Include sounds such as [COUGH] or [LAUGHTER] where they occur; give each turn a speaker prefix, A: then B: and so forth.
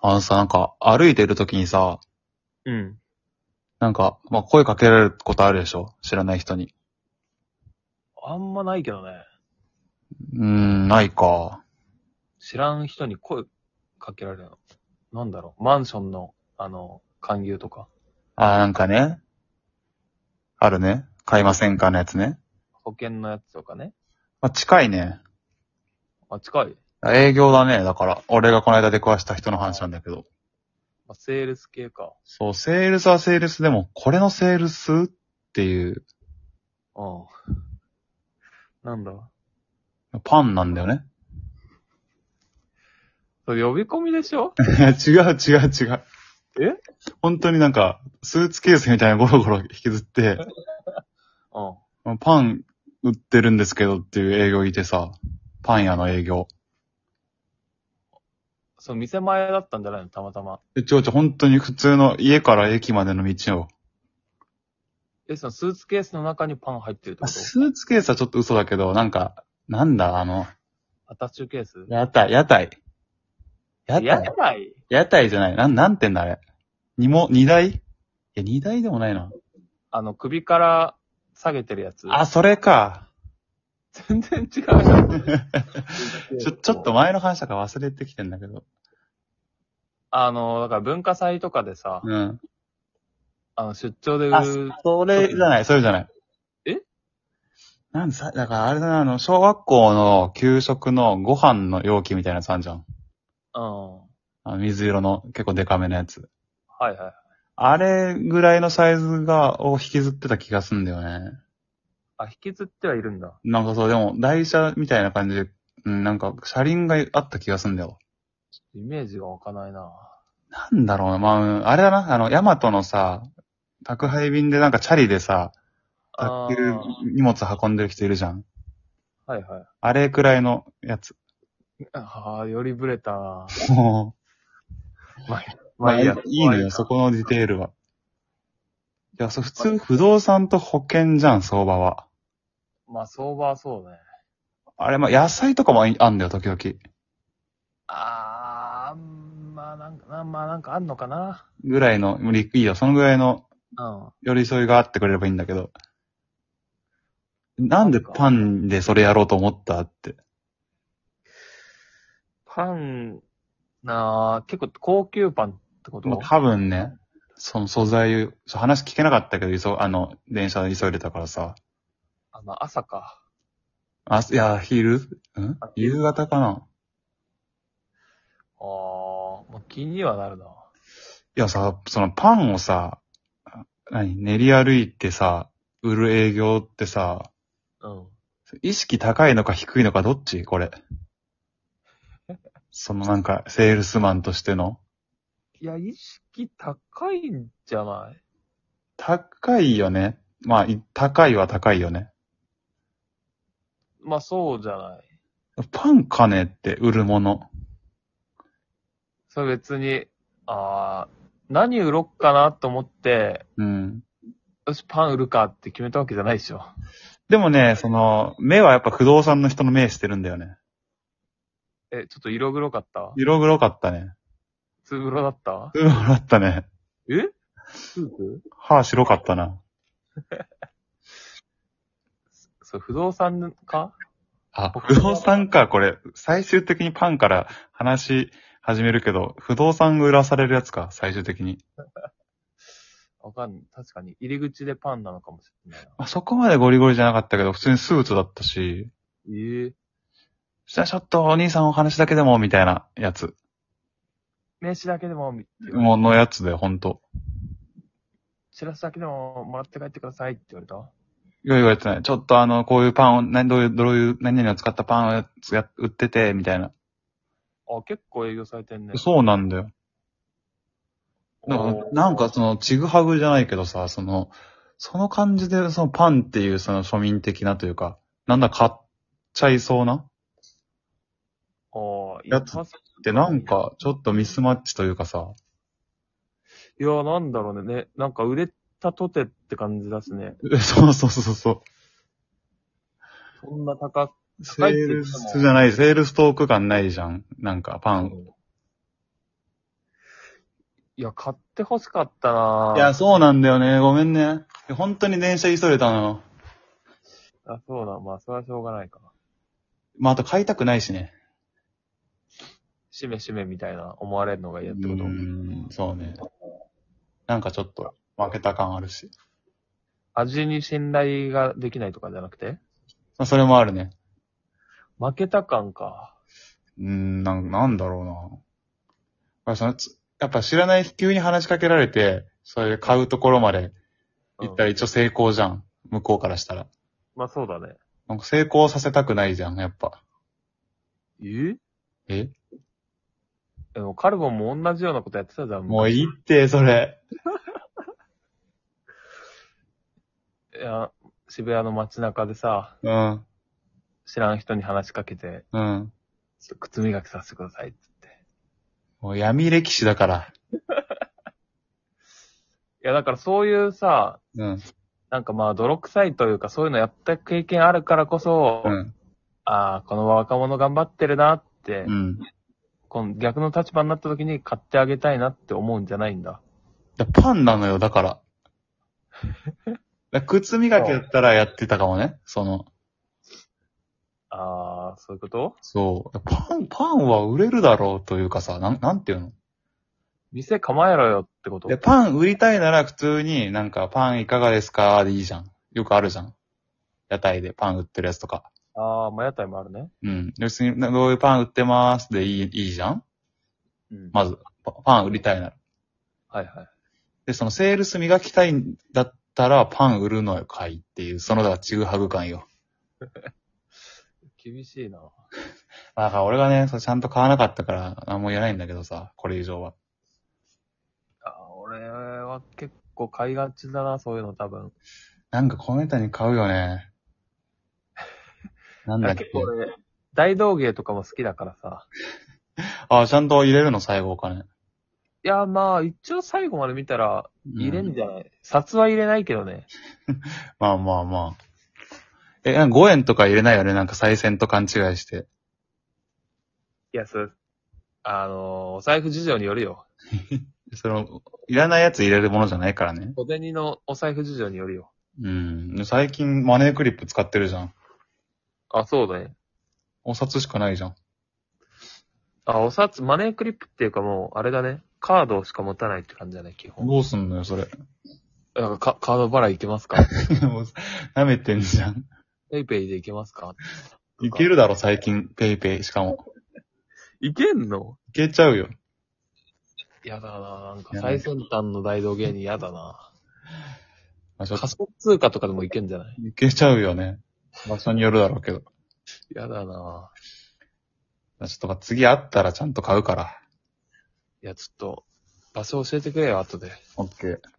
A: あのさ、なんか、歩いてる時にさ、
B: うん。
A: なんか、まあ、声かけられることあるでしょ知らない人に。
B: あんまないけどね。
A: うーん、ないか。
B: 知らん人に声かけられるの。なんだろう。マンションの、あの、勧誘とか。
A: あー、なんかね。あるね。買いませんかのやつね。
B: 保険のやつとかね。
A: まあ、近いね。
B: あ、近い。
A: 営業だね。だから、俺がこの間出くわした人の話なんだけど。
B: まあ、セールス系か。
A: そう、セールスはセールスでも、これのセールスっていう、
B: うん。なんだ。
A: パンなんだよね。 [LAUGHS]
B: それ呼び込みでしょ
A: 違う違う違う。
B: え
A: 本当になんか、スーツケースみたいなゴロゴロ引きずって、
B: うん。
A: パン売ってるんですけどっていう営業いてさ、パン屋の営業。
B: その店前だったんじゃないのたまたま。
A: え、ちょうちょ、本当に普通の家から駅までの道を。
B: え、そのスーツケースの中にパン入ってるってこ
A: あ [LAUGHS]
B: と
A: スーツケースはちょっと嘘だけど、なんか、なんだ、あの、
B: アタッチューケース
A: 屋台、屋台。屋
B: や
A: 台
B: ばい。
A: 屋台じゃない。なん、なんてんだ、あれ。にも、荷台いや、荷台でもないな。
B: あの、首から下げてるやつ。
A: あ、、それ [LAUGHS] か。
B: 全然違うじゃん。
A: [LAUGHS] ちょ、ちょっと前の話だから忘れてきてんだけど。
B: あの、だから文化祭とかでさ、
A: うん。
B: あの、出張で売
A: あ
B: る、
A: それじゃない、それじゃない。
B: え
A: なんでさ、だからあれだな、あの、小学校の給食のご飯の容器みたいなやつあんじゃん。
B: うん。は
A: あの水色の結構デカめのやつ。
B: いはい。
A: あれぐらいのサイズが、を引きずってた気がすんだよね。
B: あ、引きずってはいるんだ。
A: なんかそう、でも、台車みたいな感じで、うん、なんか、車輪があった気がすんだよ。
B: イメージが湧かないな。
A: なんだろうな、まあうん、あれだな、あの、ヤマトのさ、宅配便でなんかチャリでさ、
B: あ
A: 宅
B: ー
A: 急荷物運んでる人いるじゃん。
B: はいは
A: あれくらいのやつ。
B: い。ああ、よりブレたな。
A: もう、
B: ま
A: ま
B: あ
A: あ、
B: い
A: いい
B: いや。
A: のよ、そこのディテールは。いや、そう、普通、不動産と保険じゃん、相場は。
B: まあ、相場はそうね。
A: あれ、まあ、野菜とかもああんだよ、時々。
B: ああ、まあなんかな、まあなんかあんのかな。
A: ぐらいの、無理いいよ、そのぐらいの
B: うん。
A: 寄り添いがあってくれればいいんだけど。なんでパンでそれやろうと思ったって。
B: パン、なあ、結構高級パンってこと、
A: まあ、多分ね、その素材、そう話聞けなかったけど、急、あの、電車で急いでたからさ。
B: あまあ朝か。
A: あ、いや、昼ん夕方かな
B: ああ、もう気にはなるな。
A: いやさ、そのパンをさ、何、練り歩いてさ、売る営業ってさ、
B: うん。
A: 意識高いのか低いのかどっちこれ。そのなんか、セールスマンとしての。
B: いや、意識高いんじゃない
A: 高いよね。まあ、い高いは高いよね。
B: まあそうじゃない。
A: パンかねって売るもの。
B: それ別に、ああ、何売ろっかなと思って、
A: うん。
B: よし、パン売るかって決めたわけじゃないでしょ。
A: でもね、その、目はやっぱ不動産の人の目してるんだよね。
B: え、ちょっと色黒かった
A: 色黒かったね。
B: つぶろだった
A: 黒かったね。
B: えスープ
A: 歯白かったな。
B: そう、不動産か
A: あ、不動産か、これ。最終的にパンから話し始めるけど、不動産が売らされるやつか、最終的に。
B: わかんない。確かに。入り口でパンなのかもしれないな。
A: あそこまでゴリゴリじゃなかったけど、普通にスーツだったし、
B: ええ
A: じゃあちょっとお兄さんお話だけでも、みたいなやつ。
B: 名刺だけでも、み
A: もうのやつで、ほんと。
B: チラシだけでももらって帰ってくださいって言われた
A: よい言われてない。ちょっとあの、こういうパンを、何、どういう、どういう、何々を使ったパンをつや売ってて、みたいな。
B: あ、結構営業されてんね。
A: そうなんだよ。だから
B: おー
A: なんかその、ちぐはぐじゃないけどさ、その、その感じで、そのパンっていう、その庶民的なというか、なんだ買っちゃいそうな
B: ああ、
A: やつ
B: っ
A: ってなん。か、ちょっとミスマッチというかさ、 [LAUGHS]
B: いや、なんだろうね。ね、なんか売れたとてって感じだしね。
A: えそうそうそうそう。
B: そんな高く、
A: セールスじゃない、セールストーク感ないじゃん。なんか、パン。
B: いや、買って欲しかったない
A: や、そうなんだよね。ごめんね。本当に電車急いでたのよ。
B: あ、そうだ。まあ、それはしょうがないか。
A: まあ、あと買いたくないしね。
B: しめしめみたいな思われるのが嫌ってこと
A: う。ん、そうね。なんかちょっと、負けた感あるし。
B: 味に信頼ができないとかじゃなくて
A: まあ、それもあるね。
B: 負けた感か。
A: うん、なんなんだろうな。まあそのつやっぱ知らない急に話しかけられて、そういう買うところまで
B: うん
A: 行ったら一応成功じゃん。向こうからしたら。
B: まあ、そうだね。
A: なんか成功させたくないじゃん、やっぱ。
B: え
A: え
B: でも、カルボンも同じようなことやってたじゃん。
A: もうい
B: い
A: いって、それ。
B: や、渋谷の街中でさ、
A: うん、
B: 知らん人に話しかけて、
A: うん。
B: ちょっと靴磨きさせてくださいって言って。
A: もう闇歴史だから。
B: いや、だからそういうさ、
A: うん、
B: なんかまあ、泥臭いというか、そういうのやった経験あるからこそ、
A: うん、
B: ああ、この若者頑張ってるなって、
A: うん。
B: この逆の立場になった時に買ってあげたいなって思うんじゃないんだ。
A: だパンなのよ、だから。だから靴磨きだったらやってたかもね。その、
B: ああ、そういうこと
A: そう。パン、パンは売れるだろうというかさ、なん、なんていうの
B: 店構えろよってこと
A: で、パン売りたいなら普通になんかパンいかがですかでいいじゃん。よくあるじゃん。屋台でパン売ってるやつとか。
B: ああ、まあ屋台もあるね。
A: うん。別に、などういうパン売ってますでいい、いいじゃん
B: うん
A: まず、パパン売りたいなら。
B: はいはい。
A: で、そのセールス磨きたいんだったらパン売るのよ、かいっていう、そのだからちぐはぐ感よ。
B: 厳しいな。
A: だから俺がね、そうちゃんと買わなかったから何も言えないんだけどさ、これ以上は。
B: あー俺は結構買いがちだな、そういうの多分。
A: なんかこのネタに買うよ [LAUGHS] ね。なんだっけ
B: 結。構俺、大道芸とかも好きだからさ。
A: あ、ちゃんと入れるの最後お金。
B: いや、まあ一応最後まで見たら入れ
A: うん
B: んじゃない、札は入れないけどね。
A: まあまあまあ。え、なんか5円とか入れないよねなんか再選と勘違いして。
B: いや、そう。あのーお財布事情によるよ。
A: その、いらないやつ入れるものじゃないからね。
B: 小銭のお財布事情によるよ。
A: うん。最近マネークリップ使ってるじゃん。
B: あ、そうだね。
A: お札しかないじゃん。
B: あ、お札、マネークリップっていうかもう、あれだね。カードしか持たないって感じだね、基本。
A: どうすんのよ、それ。
B: だからかカード払いいけます [LAUGHS] か
A: もう舐めてんじゃん。
B: ペイペイでいけますか
A: [LAUGHS] いけるだろ、最近。ペイペイ。しかも。
B: いけんの
A: いけちゃうよ。
B: やだななんか
A: いや
B: 最先端の大道芸人やだな
A: まあ、ちょっ
B: 仮想通貨とかでもいけんじゃない
A: といけちゃうよね。場所によるだろうけど。
B: やだな
A: ちょっとまあ次あったらちゃんと買うから。
B: いや、ちょっと、場所教えてくれよ、後で。
A: オッケー。